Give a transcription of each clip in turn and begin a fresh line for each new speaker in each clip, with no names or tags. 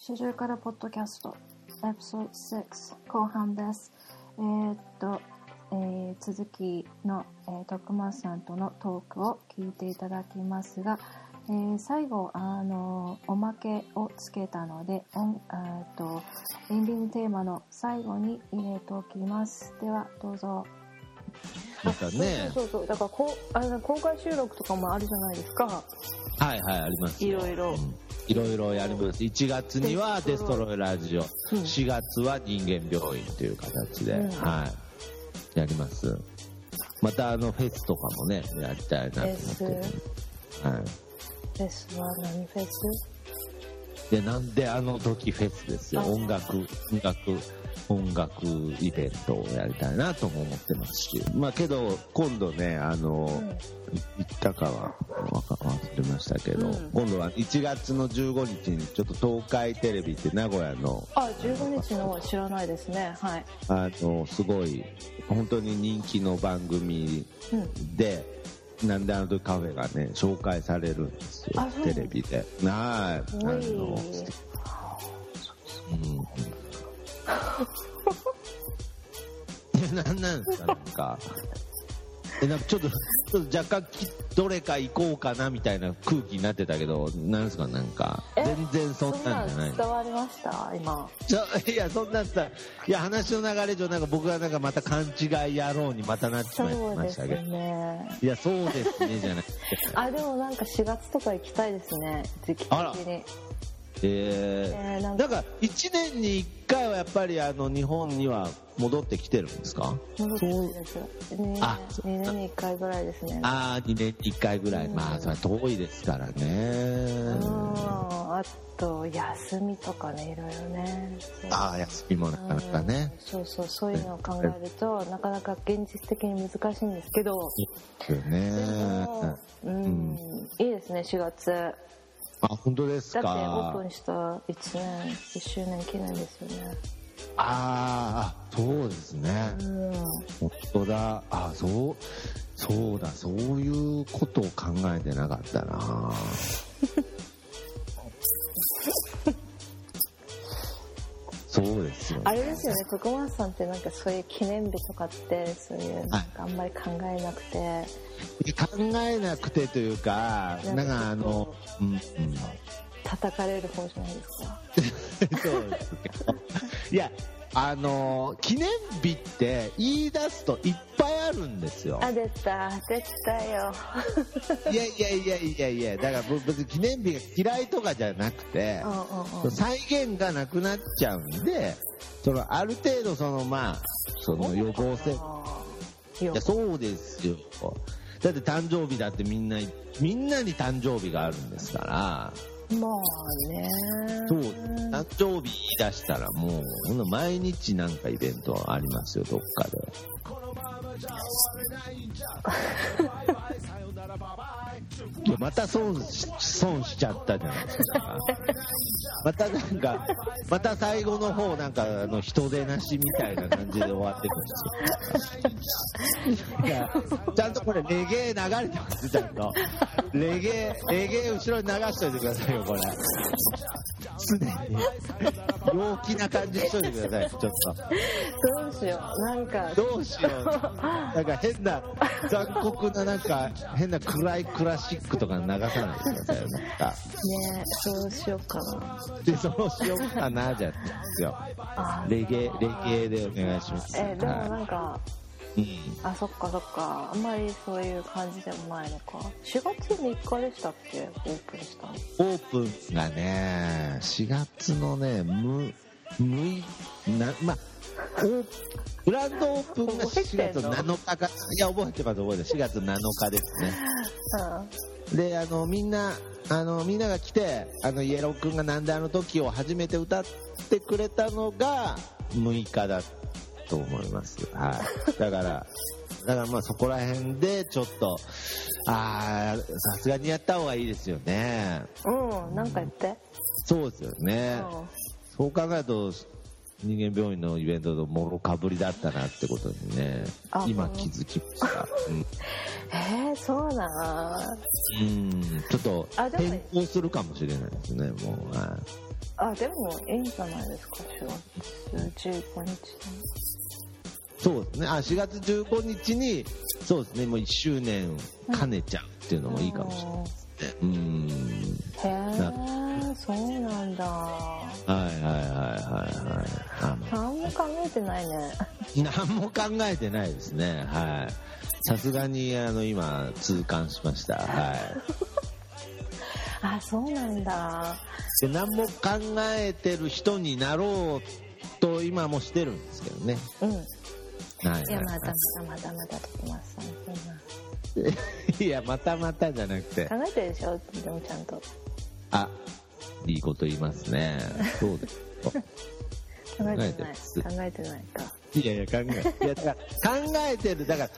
シジュカルポッドキャスト、エピソード6後半です。えーっと、えー続きの、えー、徳松さんとのトークを聞いていただきますが、えー最後、あのおまけをつけたので、オンあーっとエンディングテーマの最後に入れておきます。では、どうぞ。
またね。
そうそうそうだからこうあれだ公開収録とかもあるじゃないですか
はいはい、ありますよ。
いろいろ
うん。いろいろやります。1月にはデ
デ
ス
ス
ト
ト
ロイラジオ。
うん
4月は人間病院という形で、
うん
はい。やります。またあの、フェスとかもね、やりたいなと思ってるんで。はい。
フェスは何フェス
で、なんであの時フェスですよ。
あ
音楽、音楽、音楽イベントをやりたいなとも思ってますし。まあけど、今度ね、あの、行ったかはわか忘れましたけど、
うん
今度は1月の15日にちょっと東海テレビって名古屋の
あ15日の知らないですねはい
あのすごい本当に人気の番組
うん
で「なんであの時カフェ」がね紹介されるんですよ
あそう
テレビではいあ
おい
の、うん、 いやなんなんですかなんかえなんかちょっとちょっと若干きどれか行こうかなみたいな空気になってたけどなんですかなんか
え
全然そん
そん
な
なん
じゃない
ん伝わりました今
ちょいやそんなんさいや話の流れ上なんか僕がなんかまた勘違いやろうにまたなっち
そ
まいうま
で
し
す
たけど、
ね
いやそうですねじゃなくて
あでもなんか4月とか行きたいですね時期的
あら
に
え
えー、な
ー、
ん
な
か
んか1年に1回はやっぱりあの日本には戻ってきてるんですか
戻ってきてです2
あ
年に1回ぐらいですね
ああ2年に1回ぐらい、
うん
まあそれは遠いですからね
うんあと休みとかねいろいろねそう
ああ休みもなかなかね
うんそうそうそういうのを考えるとなかなか現実的に難しいんですけど
よね
でもうん、いいですね4月だって
あ本当です
オー
か
プンした1年1周年記念ですよね
あーあそうですね、
うん
本当だ。あ、そう、そうだ、そういうことを考えてなかった な。そうですよ、ね。
あれですよね徳松さんってなんかそういう記念日とかってそういうなんかあんまり考えなくて、
考えなくてというか、なんかあの、うん、うん、
叩かれる方じゃないですか
そうですけど。いや、あの、記念日って言い出すといっぱいあるんですよ。
あ出た出たよ
いやいやいやいやいや、だから僕別に記念日が嫌いとかじゃなくて、
うんうんうん
再現がなくなっちゃうんで、そのある程度そのまあ、その予防性。い
よ
や、そうですよ。だって誕生日だってみんな、みんなに誕生日があるんですから、
まあね
そう、誕生日言い出したらもう、ほんな毎日なんかイベントありますよ、どっかで。いやまた損し損しちゃったじゃないですか。またなんか、また最後の方なんかあの人出なしみたいな感じで終わってくるんですよ。いやちゃんとこれレゲエ流れてます、ちゃんと。レゲエ、レゲエ後ろに流しといてくださいよ、これ。常に。陽気な感じにしといてください、ちょっと。
どうしようなんか
どうしよう。なんか変な、残酷ななんか、変な暗いクラシックとか流さないでくださいよ、なんか。
ねどうしようかな
で、そのしようかな、じゃないんですよ。
あ
レゲエ、レゲエでお願いします。
えでも
は
なんか
い
あそっかそっかあんまりそういう感じでもないのか4月3日でしたっけオープンしたの
うん、オープンがね、4月のね、む、むい、な、まあ、おグランドオープンが
覚え
4
てん
月
の
7日か、いや、覚えてます、覚えてます。4月7日ですね。であのみんなあのみんなが来てあのイエロー君が「なんであの時」を初めて歌ってくれたのが6日だと思います、 はい、だからだからまあそこら辺でちょっとああさすがにやった方がいいですよね
うんうんなんか言って
そうですよ
う
ね
ん
そう考えると人間病院のイベントのもろかぶりだったなってことにね
あ
今気づきました、うん
えー、そうなん
うんちょっと
あでも
変更するかもしれないですねもうはい
あでもいいんじゃないですか4月15日
そうですね。あ、4月15日に、そうですね、もう1周年兼ねちゃうっていうのもいいかもしれないですね。うーん。
ないへえそうなんだ
はいはいはいはいはいあの。
何も考えてないね
何も考えてないですね。はい。さすがに、あの、今、痛感しました。はい。
あそうなんだ
で、何も考えてる人になろうと、今もしてるんですけどね。
うんい
はい、はい
や
は
ま
い
だまだまだまだ徳松さんそんない
や、またまたじゃなくて。
考えてるでしょでもちゃんと
あ、いいこと言いますね。そうです。
考えてない
考えて
考えてないか
いやいや、考え、いや、だから、考えてる、だから、考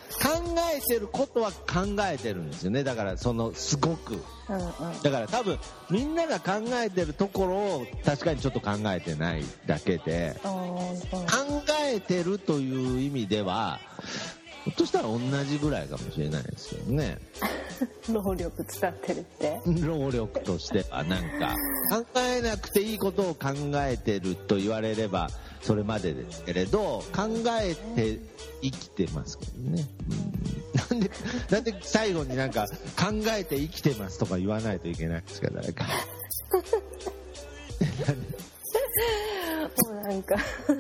えてることは考えてるんですよね。だから、その、すごく。
うんうん
だから、多分、みんなが考えてるところを、確かにちょっと考えてないだけで、
あーそうなん
考
だ
えてるという意味では、ひょっとしたら同じぐらいかもしれないですけどね。
労力使ってるって
労力としてはなんか考えなくていいことを考えてると言われればそれまでですけれど考えて生きてますけどね、うん、なんでなんで最後になんか考えて生きてますとか言わないといけないんですか誰か
もうなんか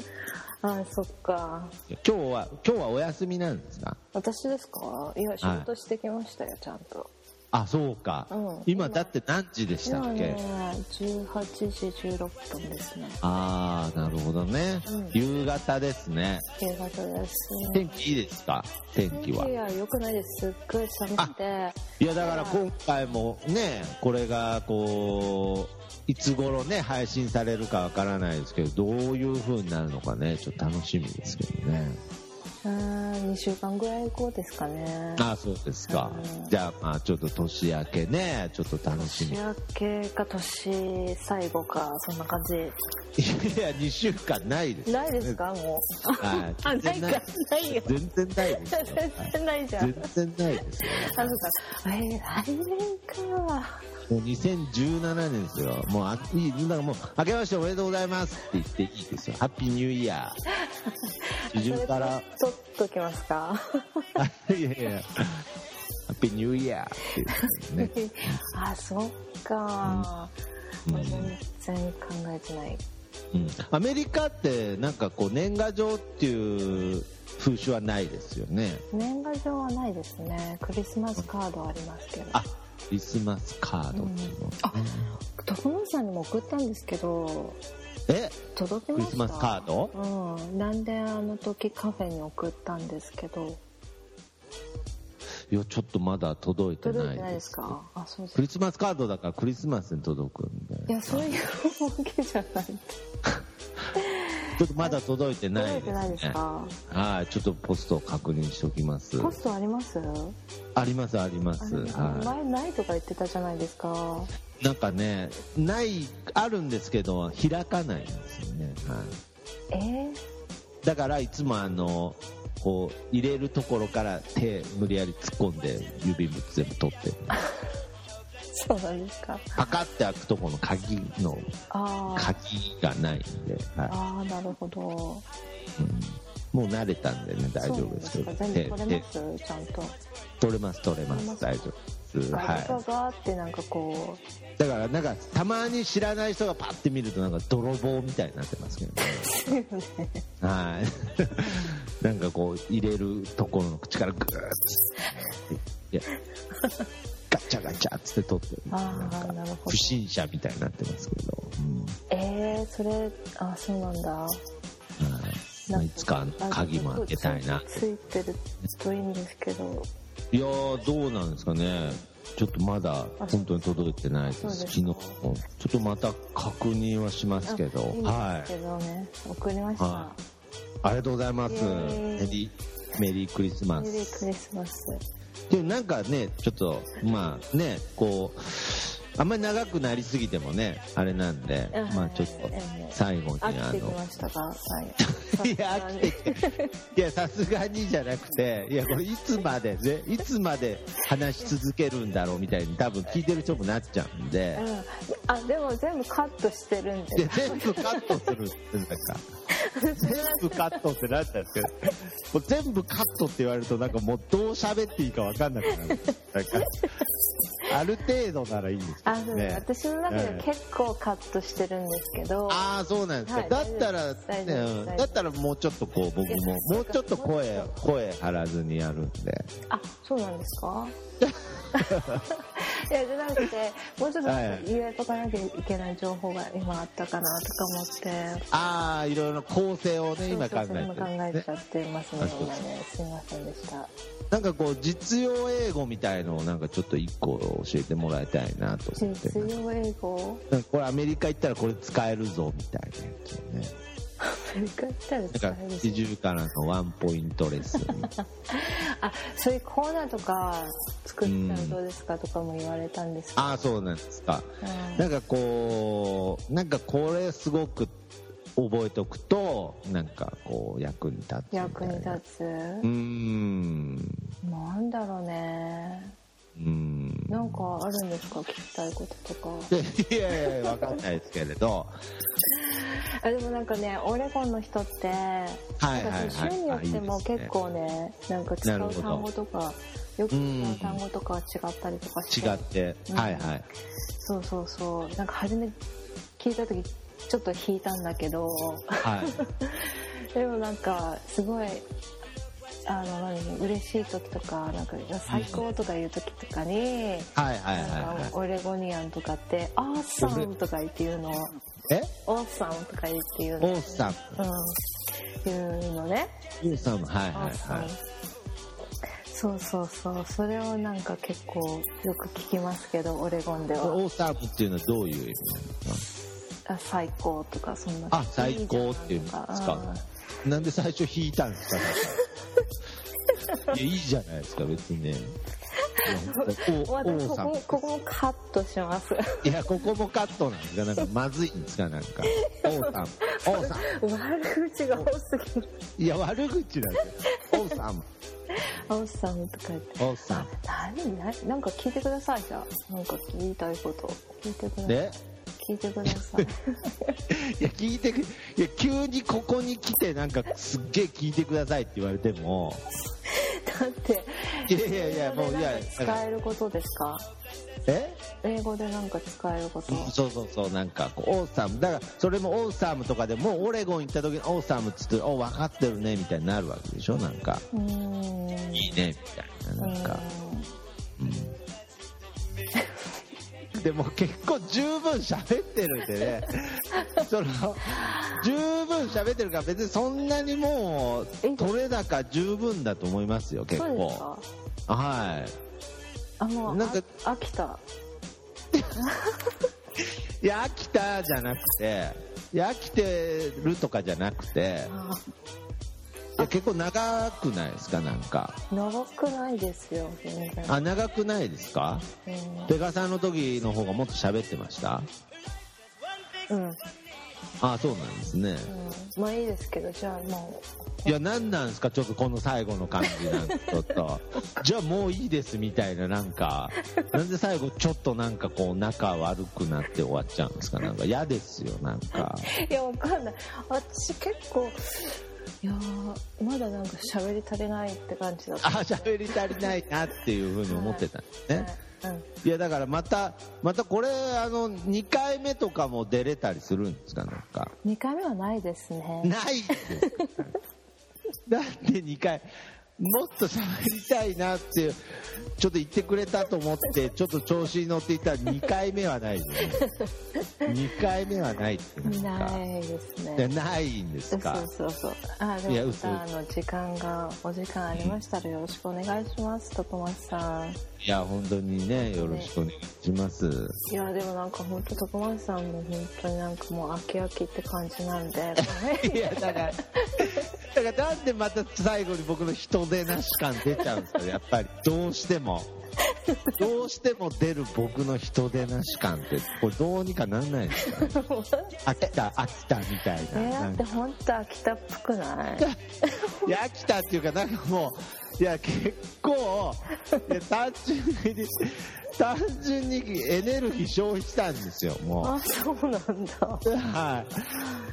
あそっか
今日は今日はお休みなんですか
私ですかいや仕事してきましたよ、ちゃんと
あそうか、
うん
今だって何時でした
今
っけ
ね18時16分ですね
ああなるほどね、
うん
夕方ですね
夕方です
天気いいですか天気は
天は良くないですすっごい寒くて
いやだから今回もねこれがこういつ頃ね配信されるかわからないですけどどういう風になるのかねちょっと楽しみですけどね
うーん2週間ぐらい後ですかね
あそうですか
うん
じゃあまあちょっと年明けねちょっと楽し
年
みい
明けか年最後かそんな感
や2週間ないです
じないですかもう
はい
あ ないか
全然
ないよ
全然ないです よ
全然ないじゃん
全然ないですよ
あそうかえー、来年か
もう2017年ですよもうあいいだからもう明けましておめでとうございますって言っていいですよハッピーニュー イヤー基準から
それ取っときますか
あいやいや、ハッピーニューイヤーっていうね。
あそっか、
うん
全然考えてない
うんアメリカってなんかこう年賀状っていう風習はないですよね。
年賀状はないですねクリスマスカードありますけど
あクリスマスカードっていうの。
徳松さんにも送ったんですけど
え
届き
ク
ま
リ
した
スマスカード
ドうんなんであの時カフェに送ったんですけど
いや、ちょっとまだ届いて
届い
な
てないい
で
です
す。
かあそうです
クリスマスカードだからクリスマスに届くん
い
で。
やそういうわけじゃない
ちょっとまだ届いてな
届
い
い
で
てないです
すね。
か
はい、ちょっとポストを確認しておきます。
ポストあります
あります、ありま
あ
す。はい。
前ないとか言ってたじゃないですか
なんかね、ない、あるんですけど、開かないんですよね。は
えー、
い、だから、いつもあの、こう、入れるところから手、無理やり突っ込んで、指も全部取って、
そうなんですか
パカって開くところの鍵の、
あー
鍵がないんで、は
あーなるほど
いうんもう慣れたんでね、大丈夫ですけど。
そうなんですか全部取れ
手
ますちゃんと
手取れます、取れま、
取れますす
大丈夫です。
ガ
は
ガガってなんかこ
い。だから、なんか、たまに知らない人がパッて見ると、なんか、泥棒みたいになってますけ どね。
う、ね、
はい。 なんかこう、入れるところの口からグーッて、いや、ガチャガチャっつって取ってる、なん
あ
か
あなるほ
不
ど
審者みたいになってますけど、
えー、それあそうなんだ
うんはいまあいつかあの鍵も開けたいな。
ついてるといいんですけど
いやー、どうなんですかね。ちょっとまだ本当に届いてないです。
そうです
昨日も。ちょっとまた確認はしますけど。
いいん
は
です
い。
けどね、送りました、
はありがとうございます。
イエーイ
メリー、メリークリスマ
メ
ス。
リークリスマス
でもなんかね、ちょっと、まあね、こう、あんまり長くなりすぎてもねあれなんで、
うん
まあちょっと最後にあ
飽きてき
の
ましたかはい
いや飽きてきていやさすがにじゃなくていやこれいつまでねいつまで話し続けるんだろうみたいに多分聞いてる人もなっちゃうんで
う。ん、あでも全部カットしてるん
で
で
全部カットするってなんか全部カットってなっちゃってもう全部カットって言われるとなんかもうどう喋っていいかわかんなくなるなんかある程度ならいいんですけ
あ
ど
そう
ね
私の中で結構カットしてるんですけど、
ああそうなんですか、
はい
だった
大丈
ら、
夫です大丈夫
ね、だったらもうちょっとこう僕ももうちょっと声声張らずにやるんで
あそうなんです かいやじゃなくてもうちょっと
はい
言えとかなきゃいけない情報が今あったかなとか思って
ああいろいろ構成をね今考
そうそうそう
えてる
今
ん
考え
です
ちゃ
ね
ってますね
あそう
今ねすいませんでした
なんかこう実用英語みたいのをなんかちょっと一個教えてもらいたいなと思って
実用英語
なんかこれアメリカ行ったらこれ使えるぞみたいなやつをね
それからしたら
なん
使
か
える
四
し
十からのワンポイントレッスン
あそういうコーナーとか作ったらどうですかとかも言われたんですけど
ああそうなんですか
うん
なんかこうなんかこれすごく覚えておくとなんかこう役に立つみたいな
役に立つ、
うーん
なんだろうね
うーん
なんかあるんですか聞きたいこととか
いやいやいやわかんないですけれど
あでもなんかねオレゴンの人って
はいはい
な
は
ん
い
か州によっても
あいいですね
結構ねなんか使う単語とかよく使う単語とかは違ったりとかして
違って、
うん
はいはい
そうそうそうなんか初め聞いた時ちょっと引いたんだけど
はい
でもなんかすごいあの何嬉しい時とかなんか最高とかいう時とかに、
はいはいはい
なん
はい
かオレゴニアンとかって「アーサン」とか言って言うの
え
「オーサン」とか言って言うの
王さん
うん言うのね
王さんもはい
「オ
はい
ーサ
は
ン
い」
そうそうそうそれをなんか結構よく聞きますけどオレゴンでは
オーサーブっていうのはどういう意味なのか
「あ最高」とかそんな
あ最高っていうんですかななんで最初引いたんです かいやいいじゃないですか別にねいや
うん
お王
私こ
さん
こここもカットします
いやここもカットなんですかなんかまずいんですかなんか王 さん王さん
悪口が多すぎる
いや悪口なんですよ王さん
「オーサン」とか言って。
王さん
何何なんか聞いてくださいじゃあなんか聞いたいこと聞いてください
で
聞いてくだ さい
いや聞いてくいや急にここに来てなんかすっげえ聞いてくださいって言われても
だって
いやいやいやもう いや
英語でなんか使えることですか
え
英語でなんか使えること
そうそうそうなんかこうオーサムだからそれもオーサムとかでもうオレゴン行った時にオーサムっつってお分かってるねみたいになるわけでしょなんか
うーん
いいねみたいななんかうんでも結構十分喋ってるんで ねその十分喋ってるから別にそんなにも
え
う取れ高十分だと思いますよ
うーん
結
そうです
構
か
は
あもう
なんか
あ飽きた
いいや飽きたじゃなくていや飽きてるとかじゃなくて
あ
いや結構長くないですかなんか
長くないですよ全然
あ長くないですかペガさんの時の方がもっと喋ってました
うん、うん
あそうなんですね
うん、まあいいですけどじゃあも
いや何なんですかちょっとこの最後の感じなんかちょっと じゃあもういいですみたいななんかなんで最後ちょっとなんかこう仲悪くなって終わっちゃうんですかなんか嫌ですよなんか
ういやわかんない私結構いやーまだなんか喋り足りないって感じだった
あ喋り足りないなっていうふうに思ってたんですね、
はいうん
いやだからまたまたこれあの2回目とかも出れたりするんですかなんか
2回目はないですね
ないってだって2回もっと喋りたいなっていうちょっと言ってくれたと思ってちょっと調子に乗っていたら2回目はないよね2回目はないってなんか
ないです
いや
ね
ないんです
そう
か
そうそうあで
いや
もま
嘘
たあの時間がお時間ありましたらよろしくお願いします徳松さん
いや本当にねよろしくお願いします
いやでもなんか本当徳松さんも本当になんかもう飽き飽きって感じなんで
いや だからだからなんでまた最後に僕の人出なし感出ちゃうんですかやっぱりどうしてもどうしても出る僕の人出なし感って、これどうにかなんないですか、ね、飽きた、飽きたみたいな。
えだ
な
っ
ん
て
か
本当秋田っぽく ない
いや、飽きたっていうか、なんかもう、いや、結構、いや単純に、 単純にエネルギー消費したんですよ、もう。
あそうなんだ
は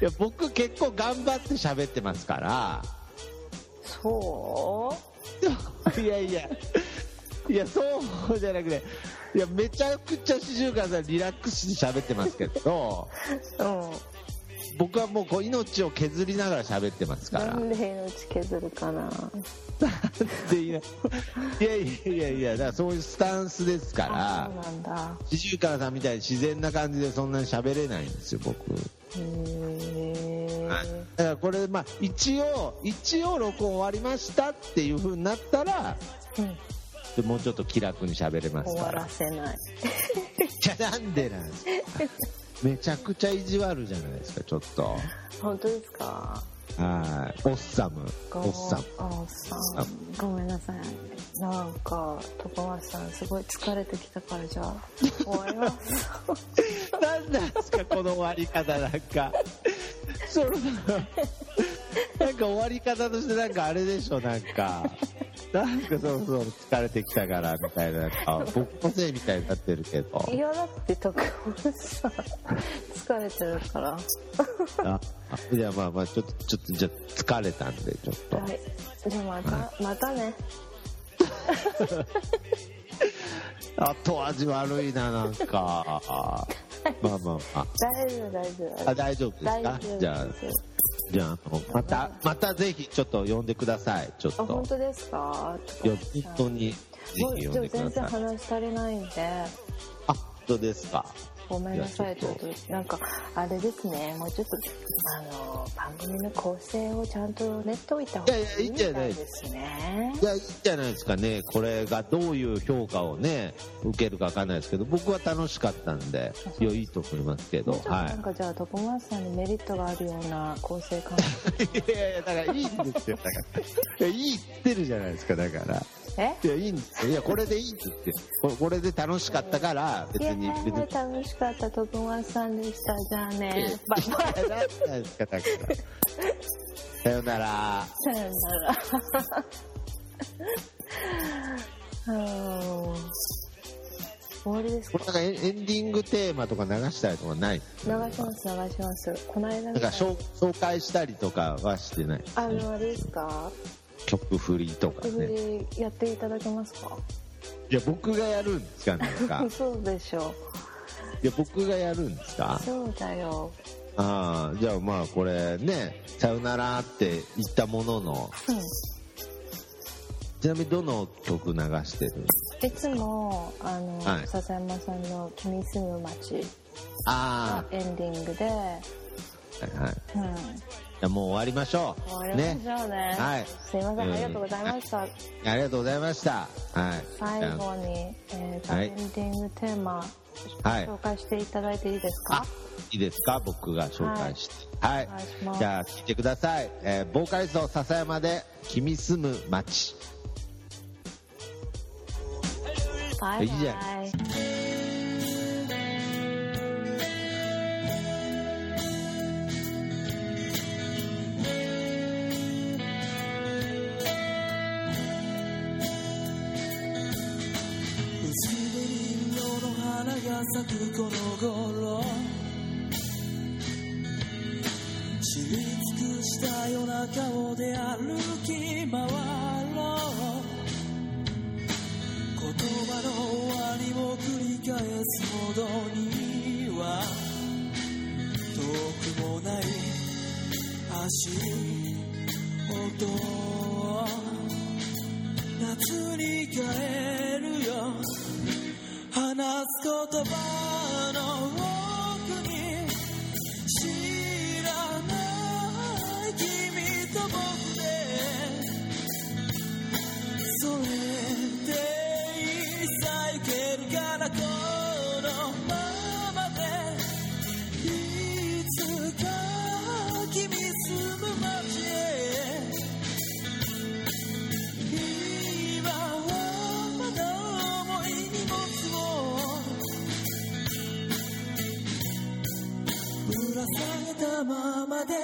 い。いや、僕結構頑張って喋ってますか
そ
ら。いやいや。いや、そうじゃなくて、いや、めちゃくちゃ四十川さんリラックスして喋ってますけど、
ううん
僕はもうこう命を削りながら喋ってますから。
な
っ
んで命削るかな
て言いないやいやいやいや、だからそういうスタンスですか
あ
ら
そう、なんだ
四十川さんみたいに自然な感じでそんなに喋れないんですよ、僕。
へえ
はいだからこれ、まあ、一応、一応録音終わりましたっていう風になったら、
うん
でもうちょっと気楽に喋れます
終
か
わ
ら。
らせない
いや、なんでなんですか。めちゃくちゃ意地悪じゃないですか、ちょっと。
本当ですか
はい。オッサム。
ご
オッサム。
おっさんごめんなさいなんか徳松さんすごい疲れてきたからじゃあ終わり ます
なんなんですか、この終わり方なんか。その なんか終わり方としてなんかあれでしょ、なんか。なんかそろそろ疲れてきたからみたいな、なんか僕のせいみたいになってるけど。
いやだって徳松さん疲れてるからは
あ、あじゃあまあまあ、ちょっと、ちょっと、じゃあ疲れたんで、ちょっと。
いじゃあまたまたね
後味悪いな、なんか。まあまあま
大丈夫大丈
あ。あ、
夫
大丈夫です
大
か
丈夫
じゃあ
で、す
じゃああの、また、またぜひ、ちょっと呼んでください。ちょっ
あ本
と。
当ですか
いや本当に、ぜ
もう
ひ
ちょっ
呼ん
と
でくだ
全然
さい。
話足りないんで
あ、本当ですか。
ごめんなさい
いや
ち
ち
ょ
ょ
っ
っと
となんかあれですねもうちょっとあの番組の構成をちゃんと練っておいた方が
いやいや
いい
いい
み
んじ
た
ゃない
いですね
いや、いいんじゃないですかね。これがどういう評価をね、受けるかわかんないですけど、僕は楽しかったんで、いや、いいと思いますけど、
もうちょっと
は
なん
い。
かじゃあ徳松さんにメリットがあるような構成感
いやいや、だからいいんですよ。だから。いや、いいってるじゃないですか、だから。
え
いや、いいんですよ。いや、これでいいんですよ。これこれで楽しかったから、 別
いや
に、別に
ー。楽しかった徳松さんでしたじゃあ
いや
ね
い
バイバイ
やなんじゃないですか、だから。さよなら。
さよ ならうーん終わりです
こ
か
れなんかエンエンディングテーマとか流したりとかない
流します流しますこの間
なんか
ね
紹紹介したりとかはしてない。
あのあれですか
曲振りとか
手振
ね。
りやっていただけますか、。
いや、僕がやるんですか、なんか
そうでしょ
いや、僕がやるんですか
そうだよ
ああ、じゃあまあこれね、さよならって言ったものの、
うん
ちなみにどの曲流してる
いつもあの、
はい
笹山さんの「君住む街
あ」
エンディングで、
あ、はいはい。
うん、
じゃあもう終わりましょ
終わり
う。
ましょう
ね。
ね
はい
すいませんありがとうございました、
ありがとうございました。はい。
最後に、えーと
はい
エンディングテーマ、
はい
紹介していただいていいです
あ
か、
いいですか僕が紹介して。はい。
お願いします
じゃあ、聞いてください。えーボーカリスト、笹山で、君住む街。
バイ
いいじゃ
バイ
薄紅色の花が咲くこの頃知り尽くした夜中を出歩き回ろう言葉の終わりを繰り返すほどには遠くもない足音夏に帰るよ話す言葉の奥に知らない君と僕でそれでいいさ行けるからこのままでいつか君住む街へ今はまだ思いなままで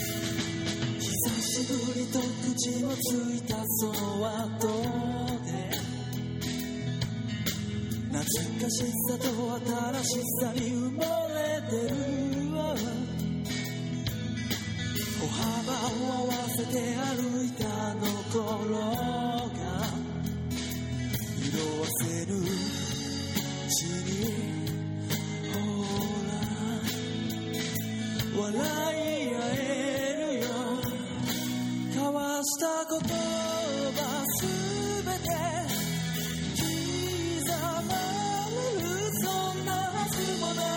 久しぶりと口をついたその後で懐かしさと新しさに埋もれてるわ歩幅を合わせて歩いたあの頃が色あせるうちにほら笑い合えるよ交わした言葉すべて刻まれるそんなはずもない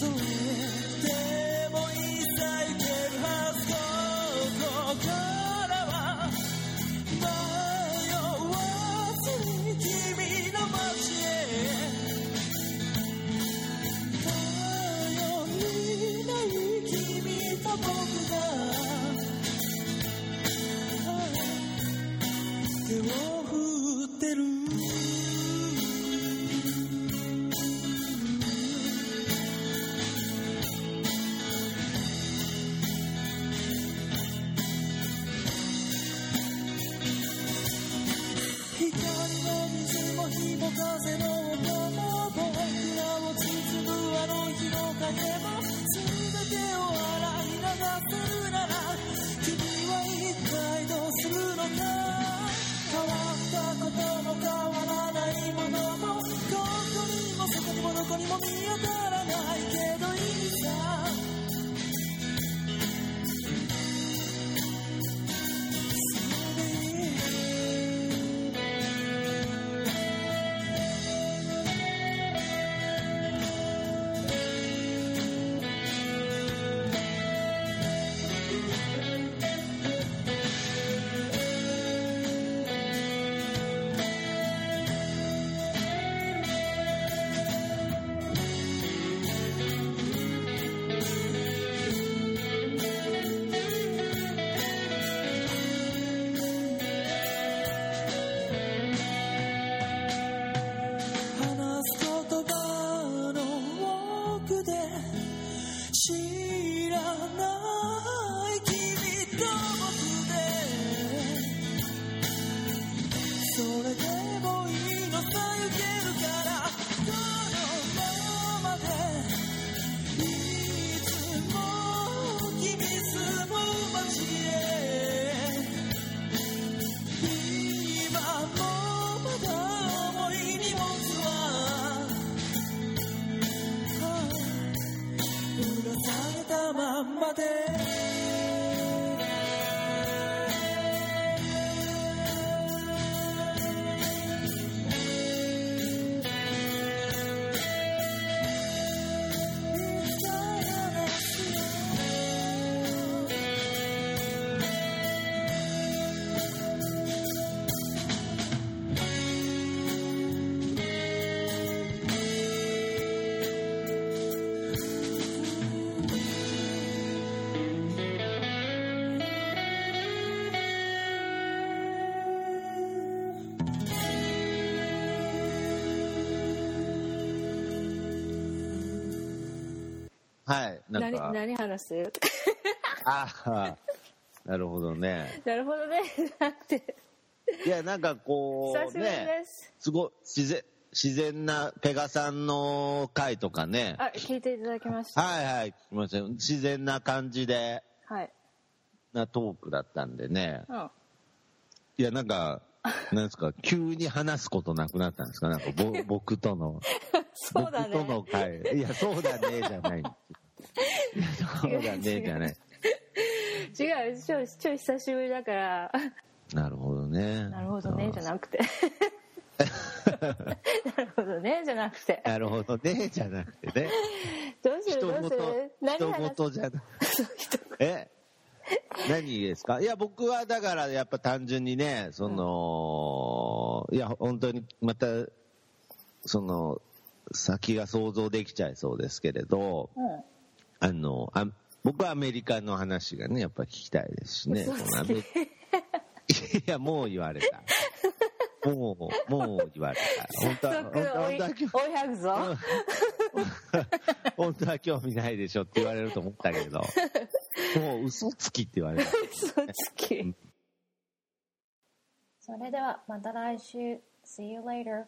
それでもいさいけるはずここからは迷わずに君の街へ頼りない君と僕が手を振ってる光も水も日も風の音も僕らを包むあの日の影も全てを洗い流せるなら君は一体どうするのか変わったことも変わらないものもここにもそこにもどこにも見当たらないけどいいさそれでいい話す言葉の奥で知らない君と僕でそれでもいいのさ行けるからこのままでいつも君住む街へ今もまだ重い荷物はうらされたまんまで
はい、なん
何
か、
何話してる
ああ、なるほどね。
なるほどね。 なんて。
いや、なんかこ
久し
う、
ぶりで
ね、
す。
すごい自然、自然なペガさんの回とかね、
あ、聞いていただきました。
はいはい、聞きましたよ自然な感じで、
はい。
なトークだったんでね。
うん。
いや、なんか、なんですか、急に話すことなくなったんですかなんか、 ぼ僕との、
そうだ
僕と
ね
の。会。いや、そうだね、じ ゃない。いやそうだね、じゃない。
違う、ちょい、ちょい久しぶりだから、
なるほどね。
なるほどね、じゃなくて。なるほどね、じゃなくて。
なるほどね、じゃなくてね。
どうする
人
どう
ご
す
と
る、何
人
話
ご
す
とじゃなえ何ですかいや、僕はだからやっぱ単純にね、その、いや、本当にまた、その、先が想像できちゃいそうですけれど、
うん。
あの、あ僕はアメリカの話がね、やっぱ聞きたいですしね。
嘘
このア
つ
メ
き
いや、もう言われた。もう、もう言われた。本当 は、
早
本
速
当は
追
本
い
当は興味
追いはぐぞ
本当は興味ないでしょって言われると思ったけど、もう嘘つきって言われた。
嘘つき
それではまた来週 See you later